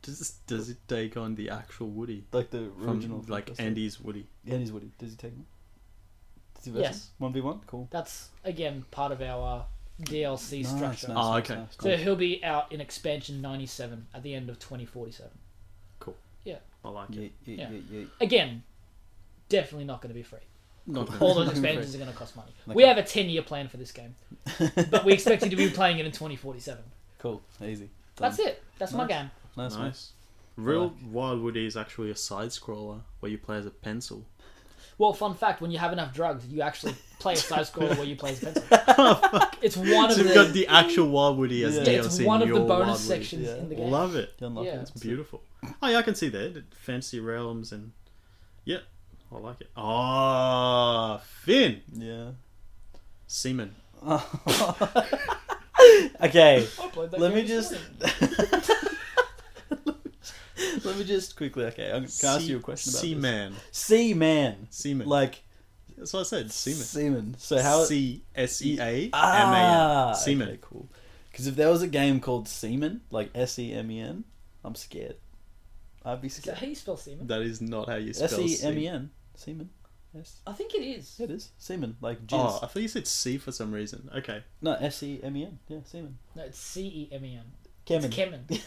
Speaker 2: Does, does it take on the actual Woody?
Speaker 4: Like the
Speaker 2: From,
Speaker 4: original, from
Speaker 2: like
Speaker 4: Toy Story?
Speaker 2: Andy's Woody.
Speaker 4: Andy's Woody. Does he take him? Does he verse
Speaker 3: Yes.
Speaker 4: One v one. Cool.
Speaker 3: That's again part of our DLC
Speaker 4: Nice,
Speaker 3: structure.
Speaker 4: nice,
Speaker 2: Oh,
Speaker 4: nice,
Speaker 2: okay.
Speaker 4: nice,
Speaker 3: So
Speaker 4: nice.
Speaker 3: he'll be out in expansion 97 at the end of 2047.
Speaker 2: I like
Speaker 4: Yeah,
Speaker 2: it.
Speaker 4: yeah,
Speaker 3: Yeah.
Speaker 4: yeah, yeah.
Speaker 3: Again, definitely not going to be free.
Speaker 2: Not
Speaker 3: All those
Speaker 4: Nothing free.
Speaker 3: expansions are going to cost money.
Speaker 4: Like
Speaker 3: we
Speaker 4: a-
Speaker 3: have a 10 year plan for this game, but we expect you to be playing it in 2047.
Speaker 4: Cool. Easy.
Speaker 3: That's it. That's my
Speaker 4: Nice.
Speaker 3: game.
Speaker 4: Nice. one.
Speaker 2: nice. Real
Speaker 4: like
Speaker 2: Wild Woody is actually a side scroller where you play as a pencil.
Speaker 3: Well, fun fact when you have enough drugs, you actually play a side scroller where you play as a pencil. it's one of
Speaker 2: So you've
Speaker 3: the,
Speaker 2: got the actual Wild Woody as
Speaker 4: Yeah.
Speaker 3: yeah,
Speaker 2: DLC.
Speaker 3: it's one of
Speaker 2: in
Speaker 3: the
Speaker 2: your Wild
Speaker 3: bonus
Speaker 2: Woody.
Speaker 3: sections
Speaker 4: Yeah.
Speaker 3: in the game.
Speaker 2: Love it.
Speaker 4: You unlock
Speaker 3: Yeah.
Speaker 4: it.
Speaker 2: It's beautiful. Oh yeah, I can see that. The Fantasy realms and yeah, I like it. Ah, Finn
Speaker 4: Yeah.
Speaker 2: Seaman.
Speaker 4: okay.
Speaker 3: I played that
Speaker 4: Let me
Speaker 3: game this
Speaker 4: just.
Speaker 3: morning.
Speaker 4: Let me just quickly. Okay, I'm gonna ask you a question about this.
Speaker 2: Seaman.
Speaker 4: Seaman.
Speaker 2: Seaman.
Speaker 4: Like
Speaker 2: That's what I said. Seaman.
Speaker 4: seaman. So how?
Speaker 2: C S E A M A
Speaker 4: ah,
Speaker 2: N. Seaman.
Speaker 4: Okay, cool. Because if there was a game called Seaman, like S E M E N, I'm scared. I'd be
Speaker 3: Is that
Speaker 4: scared.
Speaker 3: how you spell semen?
Speaker 2: That is not how you spell
Speaker 4: S E M E
Speaker 2: seaman.
Speaker 4: N. Seaman. S?
Speaker 3: I think it is.
Speaker 4: Yeah, it is. Semen. Like jizz.
Speaker 2: Oh, I thought you said C for some reason. Okay.
Speaker 4: No, S E M E N. Yeah, semen.
Speaker 3: No, it's C E M E N. It's
Speaker 4: Kemen.
Speaker 3: Kemen.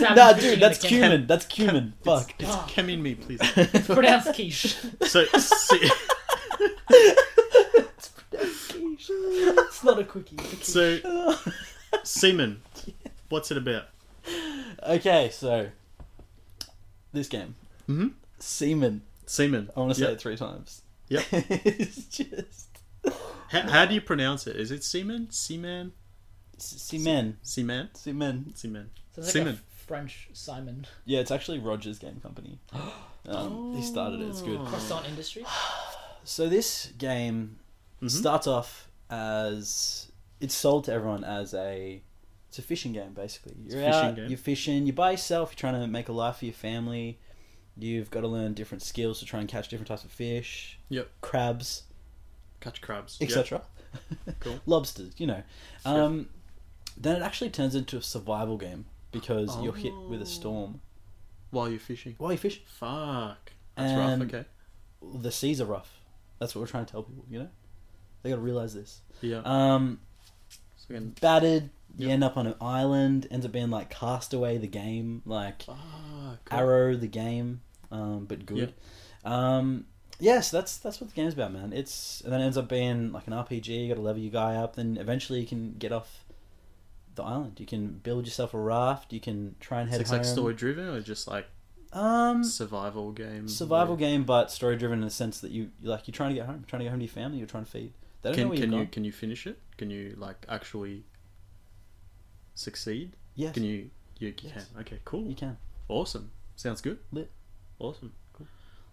Speaker 4: nah,
Speaker 3: Savage
Speaker 4: dude,
Speaker 3: fishing
Speaker 4: that's
Speaker 3: in a Kemen.
Speaker 4: cumin. That's cumin. Fuck.
Speaker 2: It's
Speaker 3: Oh.
Speaker 2: come in me, please.
Speaker 3: It's pronounced quiche.
Speaker 2: So C,
Speaker 3: It's not a cookie. It's a quiche.
Speaker 2: so semen. What's it about?
Speaker 4: okay, so this game,
Speaker 2: Mm-hmm.
Speaker 4: semen.
Speaker 2: Semen.
Speaker 4: I want to say
Speaker 2: Yep.
Speaker 4: it three times.
Speaker 2: Yep.
Speaker 4: it's just
Speaker 2: How, how do you pronounce it? Is it semen? Seaman?
Speaker 4: s- semen.
Speaker 2: Seaman?
Speaker 4: Semen.
Speaker 2: Seaman.
Speaker 3: Sounds like a
Speaker 2: Simon.
Speaker 3: French Simon.
Speaker 4: Yeah, it's actually Rogers Game Company. Um, He started it. It's good.
Speaker 3: Croissant industry.
Speaker 4: So this game
Speaker 2: Mm-hmm.
Speaker 4: starts off as it's sold to everyone as a it's a fishing game basically. You're
Speaker 2: a fishing
Speaker 4: out,
Speaker 2: game.
Speaker 4: you're fishing, you're by yourself, you're trying to make a life for your family. You've got to learn different skills to try and catch different types of fish,
Speaker 2: Yep.
Speaker 4: crabs,
Speaker 2: Catch crabs. Yep.
Speaker 4: etc.
Speaker 2: Cool.
Speaker 4: Lobsters, you know. Um, then it actually turns into a survival game because you're hit with a
Speaker 2: Oh.
Speaker 4: storm
Speaker 2: While you're fishing.
Speaker 4: while you fish.
Speaker 2: Fuck. That's rough.
Speaker 4: And-
Speaker 2: Okay.
Speaker 4: The seas are rough. That's what we're trying to tell people. You know, they got to realize this.
Speaker 2: Yeah.
Speaker 4: Um,
Speaker 2: so we can-
Speaker 4: battered. You
Speaker 2: Yep.
Speaker 4: end up on an island. Ends up being like Castaway, the game, like
Speaker 2: Oh, Fuck.
Speaker 4: Arrow, the game, um, but good. Um, yes, that's that's what the game's about, man. It's and then it ends up being like an RPG. You got to level your guy up. Then eventually you can get off the island. You can build yourself a raft. You can try and
Speaker 2: So
Speaker 4: head
Speaker 2: it's
Speaker 4: home.
Speaker 2: like story driven or just like
Speaker 4: um,
Speaker 2: survival game?
Speaker 4: survival
Speaker 2: where-
Speaker 4: game, but story driven in the sense that you you're like you're trying to get home, trying to get home to your family. You're trying to feed. They don't know
Speaker 2: Can,
Speaker 4: where
Speaker 2: can
Speaker 4: you're
Speaker 2: you
Speaker 4: gone.
Speaker 2: can you finish it? Can you like actually succeed?
Speaker 4: Yes,
Speaker 2: Can you? You, you
Speaker 4: Yes.
Speaker 2: can. Okay. Cool.
Speaker 4: you can.
Speaker 2: Awesome. Sounds good.
Speaker 4: Lit.
Speaker 2: Awesome. Cool.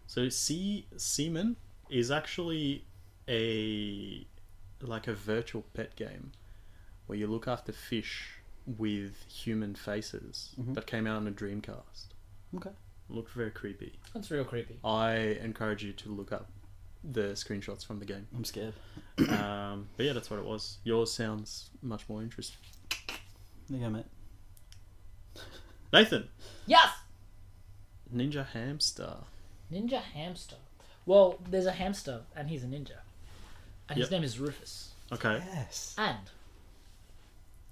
Speaker 2: So sea seaman is actually a like a virtual pet game where you look after fish with human faces
Speaker 4: Mhm.
Speaker 2: that came out on a Dreamcast.
Speaker 4: Okay.
Speaker 2: Looked very creepy.
Speaker 3: That's real creepy.
Speaker 2: I encourage you to look up the screenshots from the game.
Speaker 4: I'm scared.
Speaker 2: um, but yeah, that's what it was. Yours sounds much more interesting.
Speaker 4: There you go, mate.
Speaker 2: Nathan,
Speaker 3: Yes!
Speaker 2: Ninja Hamster.
Speaker 3: Ninja hamster. Well, there's a hamster, and he's a ninja.
Speaker 2: Yep.
Speaker 3: And his name is Rufus.
Speaker 2: Okay.
Speaker 4: Yes.
Speaker 3: And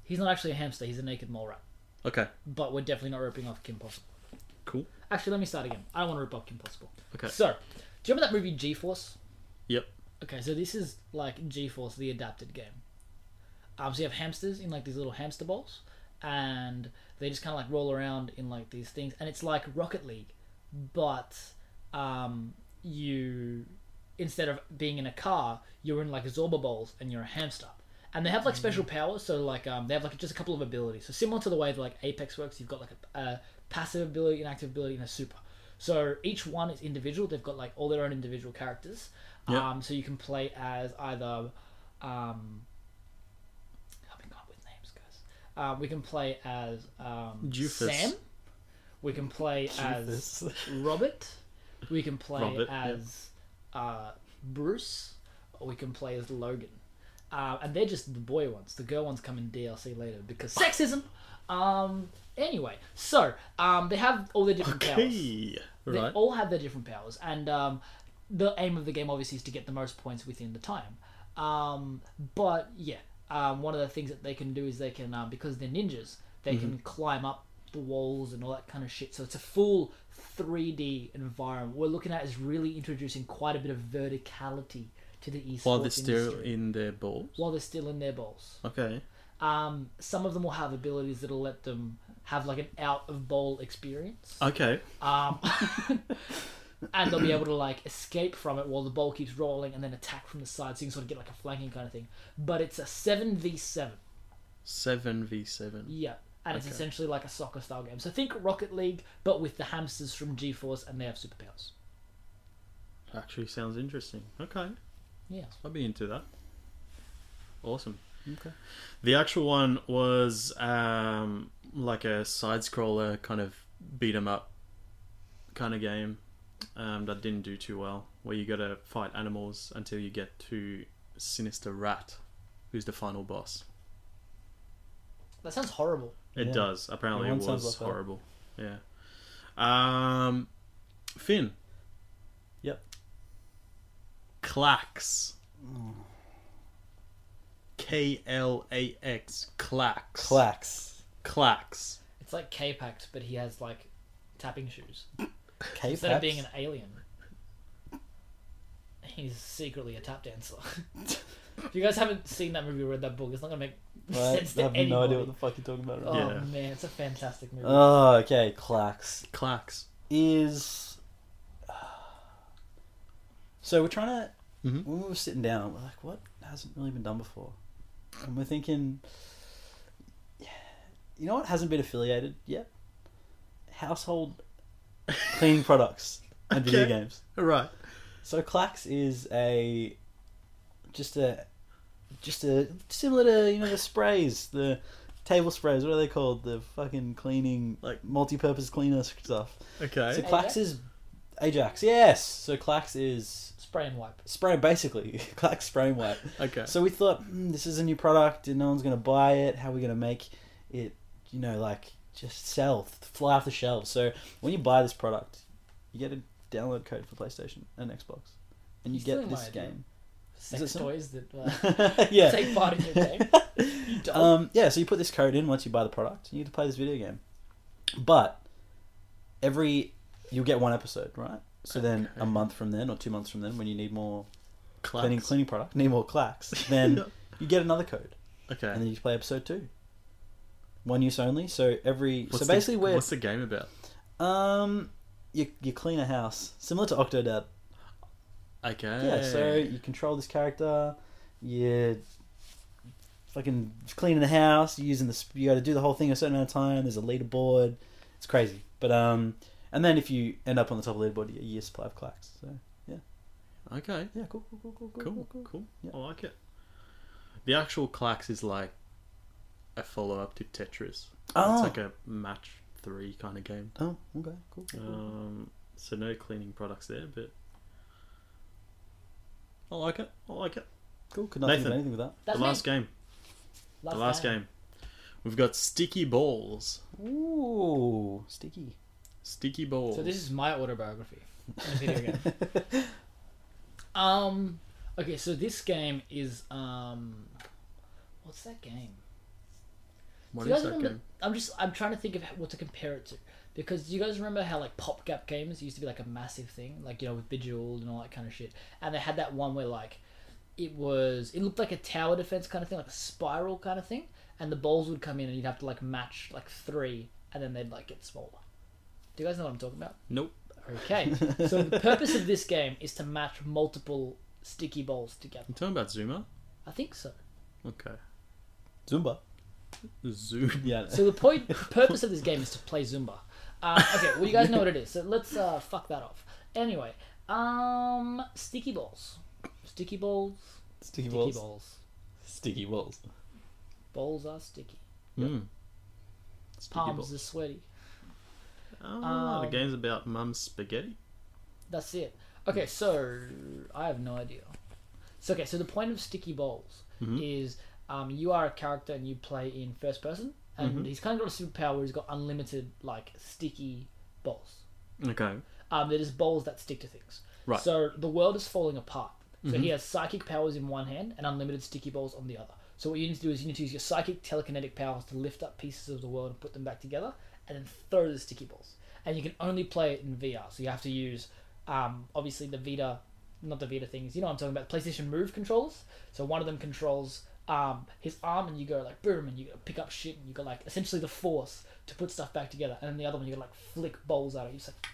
Speaker 3: he's not actually a hamster, he's a naked mole rat.
Speaker 2: Okay.
Speaker 3: But we're definitely not ripping off Kim Possible.
Speaker 2: Cool.
Speaker 3: Actually, let me start again. I don't want to rip off Kim Possible.
Speaker 2: Okay.
Speaker 3: So, do you remember that movie G Force?
Speaker 2: Yep.
Speaker 3: Okay, so this is like G Force, the adapted game. Um, so you have hamsters in like these little hamster balls, and they just kind of like roll around in like these things, and it's like Rocket League, but um, you instead of being in a car, you're in like Zorba balls, and you're a hamster. And they have like special powers, so like um, they have like just a couple of abilities. So similar to the way that like Apex works, you've got like a, a passive ability, an active ability, and a super. So each one is individual. They've got like all their own individual characters.
Speaker 2: Yeah.
Speaker 3: Um, so you can play as either um, helping out with names, guys. Um, we can play as um,
Speaker 2: Jufus.
Speaker 3: Sam. We can play as
Speaker 4: Jufus.
Speaker 3: Robert. We can play
Speaker 2: Robert, yeah.
Speaker 3: as uh, Bruce. Or we can play as Logan. Um, and they're just the boy ones. The girl ones come in DLC later because sexism. Um, anyway, so um, they have all their different powers.
Speaker 2: Okay.
Speaker 3: They
Speaker 2: Right.
Speaker 3: all have their different powers, and um, the aim of the game obviously is to get the most points within the time. Um, but yeah, um, one of the things that they can do is they can um, because they're ninjas, they
Speaker 2: Mm-hmm.
Speaker 3: can climb up the walls and all that kind of shit. So it's a full 3D environment. We're looking at is really introducing quite a bit of verticality to the esports
Speaker 2: While they're still
Speaker 3: industry
Speaker 2: in their balls.
Speaker 3: while they're still in their balls.
Speaker 2: Okay.
Speaker 3: Um, some of them will have abilities that'll let them have like an out of bowl experience.
Speaker 2: Okay.
Speaker 3: Um, and they'll be able to like escape from it while the ball keeps rolling and then attack from the side so you can sort of get like a flanking kind of thing. But it's a 7v7.
Speaker 2: Seven v seven.
Speaker 3: Yeah. And it's
Speaker 2: Okay.
Speaker 3: essentially like a soccer style game. So think Rocket League, but with the hamsters from G Force and they have superpowers.
Speaker 2: Actually, sounds interesting. Okay,
Speaker 3: Yeah.
Speaker 2: I'd be into that. Awesome.
Speaker 4: Okay.
Speaker 2: The actual one was um, like a side scroller kind of beat 'em up kind of game um, that didn't do too well, where you got to fight animals until you get to Sinister Rat, who's the final boss.
Speaker 3: That sounds horrible.
Speaker 2: It
Speaker 4: Yeah.
Speaker 2: does. Apparently,
Speaker 4: Yeah,
Speaker 2: it
Speaker 4: one sounds
Speaker 2: was
Speaker 4: like that.
Speaker 2: horrible. Yeah. Um, Finn.
Speaker 4: Yep.
Speaker 2: Clax.
Speaker 4: Mm.
Speaker 2: K L A X. Clax.
Speaker 4: Clax.
Speaker 2: Clax.
Speaker 3: It's like K-Pact, but he has like tapping shoes.
Speaker 4: K-Pax.
Speaker 3: Instead of being an alien, he's secretly a tap dancer. if you guys haven't seen that movie or read that book, it's not gonna make sense
Speaker 4: I
Speaker 3: to
Speaker 4: have
Speaker 3: anybody.
Speaker 4: no idea what the fuck you're talking about right
Speaker 3: oh
Speaker 4: now.
Speaker 2: Yeah.
Speaker 3: man, it's a fantastic movie.
Speaker 4: Oh, okay. Clax
Speaker 2: Clax.
Speaker 4: is. So we're trying to.
Speaker 2: Mhm.
Speaker 4: When we were sitting down, we're like, what hasn't really been done before? And we're thinking, you know what hasn't been affiliated yet? Household cleaning products and video
Speaker 2: Okay.
Speaker 4: games.
Speaker 2: Right.
Speaker 4: So Clax is a just a just a similar to you know the sprays, the table sprays. What are they called? The fucking cleaning
Speaker 2: Like-
Speaker 4: multi-purpose cleaner stuff. So
Speaker 2: Okay.
Speaker 4: Clax
Speaker 3: Ajax?
Speaker 4: is Ajax. Yes. So Clax is
Speaker 3: Spray and wipe.
Speaker 4: spray basically Clax spray and wipe.
Speaker 2: Okay.
Speaker 4: So we thought hmm, this is a new product and no one's going to buy it. How are we going to make it, you know, like just sell, th- fly off the shelves? So when you buy this product, you get a download code for PlayStation and Xbox, and you
Speaker 3: You
Speaker 4: get
Speaker 3: stealing my
Speaker 4: this
Speaker 3: idea.
Speaker 4: game. it
Speaker 3: Sex
Speaker 4: some-
Speaker 3: toys that uh,
Speaker 4: yeah.
Speaker 3: take part in your game. You don't.
Speaker 4: Um, yeah, so you put this code in once you buy the product, and you get to play this video game. But every you'll get one episode, right? So then a
Speaker 2: Okay.
Speaker 4: month from then, or two months from then, when you need more cleaning
Speaker 2: Clax.
Speaker 4: cleaning product, need more clacks, then you get another code.
Speaker 2: Okay.
Speaker 4: and then you play episode two. One use only. So every
Speaker 2: What's
Speaker 4: so basically
Speaker 2: the,
Speaker 4: we're
Speaker 2: what's the game about?
Speaker 4: um you you clean a house similar to Octodad.
Speaker 2: Okay.
Speaker 4: Yeah. So you control this character. You fucking cleaning the house. You're using the sp- you got to do the whole thing a certain amount of time. There's a leaderboard. It's crazy. But um and then if you end up on the top of the leaderboard, you get a year's supply of clacks. So
Speaker 2: Okay.
Speaker 4: yeah, cool, cool, cool, cool, cool,
Speaker 2: Cool.
Speaker 4: cool. cool.
Speaker 2: Cool.
Speaker 4: Yeah.
Speaker 2: I like it. The actual Clax is like a follow up to Tetris.
Speaker 4: Oh.
Speaker 2: It's like a match three kind of game.
Speaker 4: Oh, okay, cool. cool, cool.
Speaker 2: Um, so no cleaning products there, but I like it. I like it.
Speaker 4: cool. Could not think
Speaker 2: Nathan.
Speaker 4: of anything with that.
Speaker 3: That's
Speaker 2: the last
Speaker 3: me.
Speaker 2: game.
Speaker 3: Last,
Speaker 2: the last game. We've got sticky balls.
Speaker 4: Ooh, sticky.
Speaker 2: Sticky balls.
Speaker 3: So this is my autobiography in a video game. Um. Okay, so this game is um. What's that game?
Speaker 2: what
Speaker 3: Do you
Speaker 2: is
Speaker 3: guys
Speaker 2: that
Speaker 3: remember?
Speaker 2: game?
Speaker 3: I'm just I'm trying to think of what to compare it to because do you guys remember how like pop gap games used to be like a massive thing, like you know with Bejeweled and all that kind of shit, and they had that one where like it was it looked like a tower defense kind of thing, like a spiral kind of thing, and the balls would come in and you'd have to like match like three, and then they'd like get smaller. Do you guys know what I'm talking about?
Speaker 2: Nope.
Speaker 3: Okay, so the purpose of this game is to match multiple sticky balls together.
Speaker 2: I'm talking about Zuma.
Speaker 3: I think so.
Speaker 2: Okay.
Speaker 4: Zumba.
Speaker 2: Zuma.
Speaker 4: Yeah.
Speaker 3: So the point, purpose of this game is to play Zumba. Uh, okay, well you guys know what it is, so let's uh, fuck that off. Anyway, um, sticky balls, sticky balls,
Speaker 4: Sticky
Speaker 3: sticky balls.
Speaker 4: balls.
Speaker 3: Balls,
Speaker 4: Sticky balls.
Speaker 3: are sticky.
Speaker 2: Mm. Sticky
Speaker 3: Palms
Speaker 2: balls.
Speaker 3: are sweaty.
Speaker 2: Ah, the
Speaker 3: Um,
Speaker 2: game's about mum's spaghetti.
Speaker 3: That's it. Okay, so I have no idea. So okay, so the point of sticky balls is um, you are a character and you play in first person, and he's kind of got a superpower where he's got unlimited like sticky balls.
Speaker 2: Okay.
Speaker 3: um, that is balls that stick to things.
Speaker 2: Right.
Speaker 3: So the world is falling apart. So he has psychic powers in one hand and unlimited sticky balls on the other. So what you need to do is you need to use your psychic telekinetic powers to lift up pieces of the world and put them back together, and then throw the sticky balls. And you can only play it in VR, so you have to use um, obviously the Vita, not the Vita things. You know what I'm talking about? PlayStation Move controllers. So one of them controls um, his arm, and you go like boom, and you pick up shit, and you go like essentially the force to put stuff back together. And then the other one, you go like flick balls at it. You just like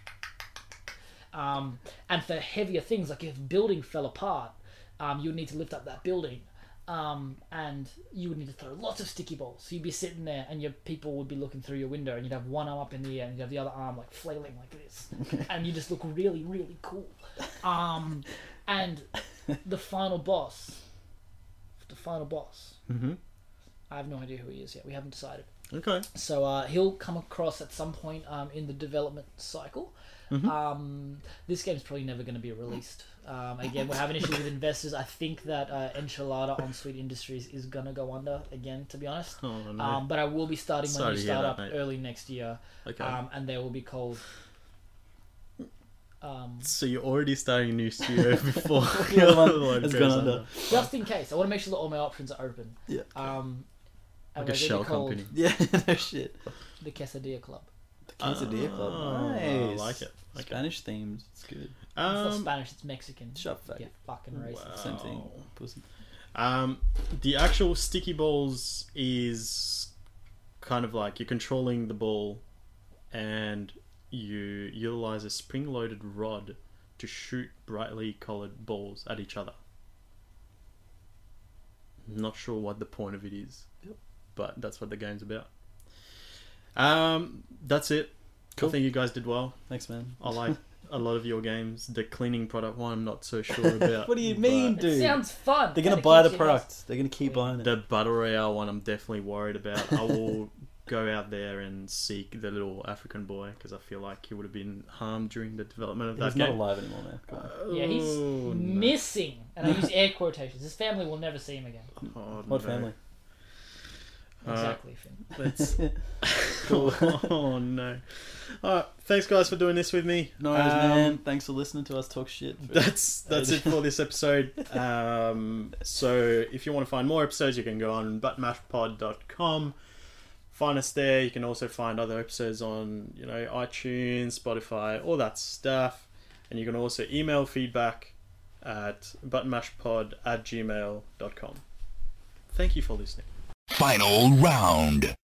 Speaker 3: um, and for heavier things like if a building fell apart um, you would need to lift up that building um, and you would need to throw lots of sticky balls so you'd be sitting there and your people would be looking through your window and you'd have one arm up in the air and you'd have the other arm like flailing like this and you just look really really cool um, and the final boss the final boss mm-hmm. i have no idea who he is yet we haven't decided
Speaker 2: Okay.
Speaker 3: so uh, he'll come across at some point um, in the development cycle.
Speaker 2: Mm-hmm.
Speaker 3: Um, this game's probably never going to be released. Um, again, we're having issues with investors. I think that uh, Enchilada on Sweet Industries is going to go under again, to be honest.
Speaker 2: Oh no.
Speaker 3: Um, but I will be starting my
Speaker 2: Sorry
Speaker 3: new
Speaker 2: to hear that,
Speaker 3: startup
Speaker 2: mate.
Speaker 3: early next year,
Speaker 2: okay.
Speaker 3: um, and they will be called Um,
Speaker 2: So you're already starting a new studio before
Speaker 4: The
Speaker 2: the
Speaker 4: other
Speaker 2: other
Speaker 4: one
Speaker 2: one
Speaker 4: has
Speaker 2: goes
Speaker 4: gone
Speaker 2: under.
Speaker 4: under.
Speaker 3: just in case, I want to make sure that all my options are open.
Speaker 4: Yeah.
Speaker 3: Um, and
Speaker 2: Like a
Speaker 3: we're
Speaker 2: shell
Speaker 3: gonna call
Speaker 2: company.
Speaker 4: Yeah, no shit.
Speaker 3: The Quesadilla Club.
Speaker 4: The Quesadilla Club.
Speaker 2: Oh, I
Speaker 4: Nice.
Speaker 2: like it. I like it.
Speaker 4: Spanish themed. It's good.
Speaker 3: it's not
Speaker 2: Um,
Speaker 3: Spanish, it's Mexican.
Speaker 4: Shut up, faggot.
Speaker 3: Yeah, fucking racist.
Speaker 2: Wow.
Speaker 4: Same thing.
Speaker 2: Oh.
Speaker 4: Pussy.
Speaker 2: um, the actual sticky balls is kind of like you're controlling the ball, and you utilize a spring-loaded rod to shoot brightly colored balls at each other. Not sure what the point of it is,
Speaker 4: Yep.
Speaker 2: but that's what the game's about. Um, that's it.
Speaker 4: Cool.
Speaker 2: I think you guys did well.
Speaker 4: Thanks, man.
Speaker 2: I like a lot of your games. The cleaning product one, I'm not so sure about.
Speaker 4: What do you mean,
Speaker 2: but
Speaker 4: dude?
Speaker 3: It sounds fun.
Speaker 4: They're gonna
Speaker 3: and it
Speaker 4: buy the
Speaker 3: keeps you
Speaker 4: product. They're gonna keep
Speaker 3: Yeah.
Speaker 4: buying it.
Speaker 2: The battle royale one, I'm definitely worried about. I will go out there and seek the little African boy because I feel like he would have been harmed during the development of
Speaker 4: He's
Speaker 2: that
Speaker 4: not
Speaker 2: game.
Speaker 4: alive anymore, man. Come on.
Speaker 2: Oh,
Speaker 3: Yeah, he's
Speaker 2: no.
Speaker 3: missing, and I use air quotations. His family will never see him again.
Speaker 2: Oh,
Speaker 4: What
Speaker 2: no.
Speaker 4: family?
Speaker 2: Uh,
Speaker 3: Exactly, Finn.
Speaker 2: Let's... oh no! All right, thanks guys for doing this with me.
Speaker 4: No worries,
Speaker 2: Um,
Speaker 4: man. Thanks for listening to us talk shit.
Speaker 2: that's that's it for this episode. Um, so if you want to find more episodes, you can go on buttmashpod.com. Find us there. You can also find other episodes on you know iTunes, Spotify, all that stuff. And you can also email feedback at buttonmashpod at gmail.com. Thank you for listening.
Speaker 1: Final round.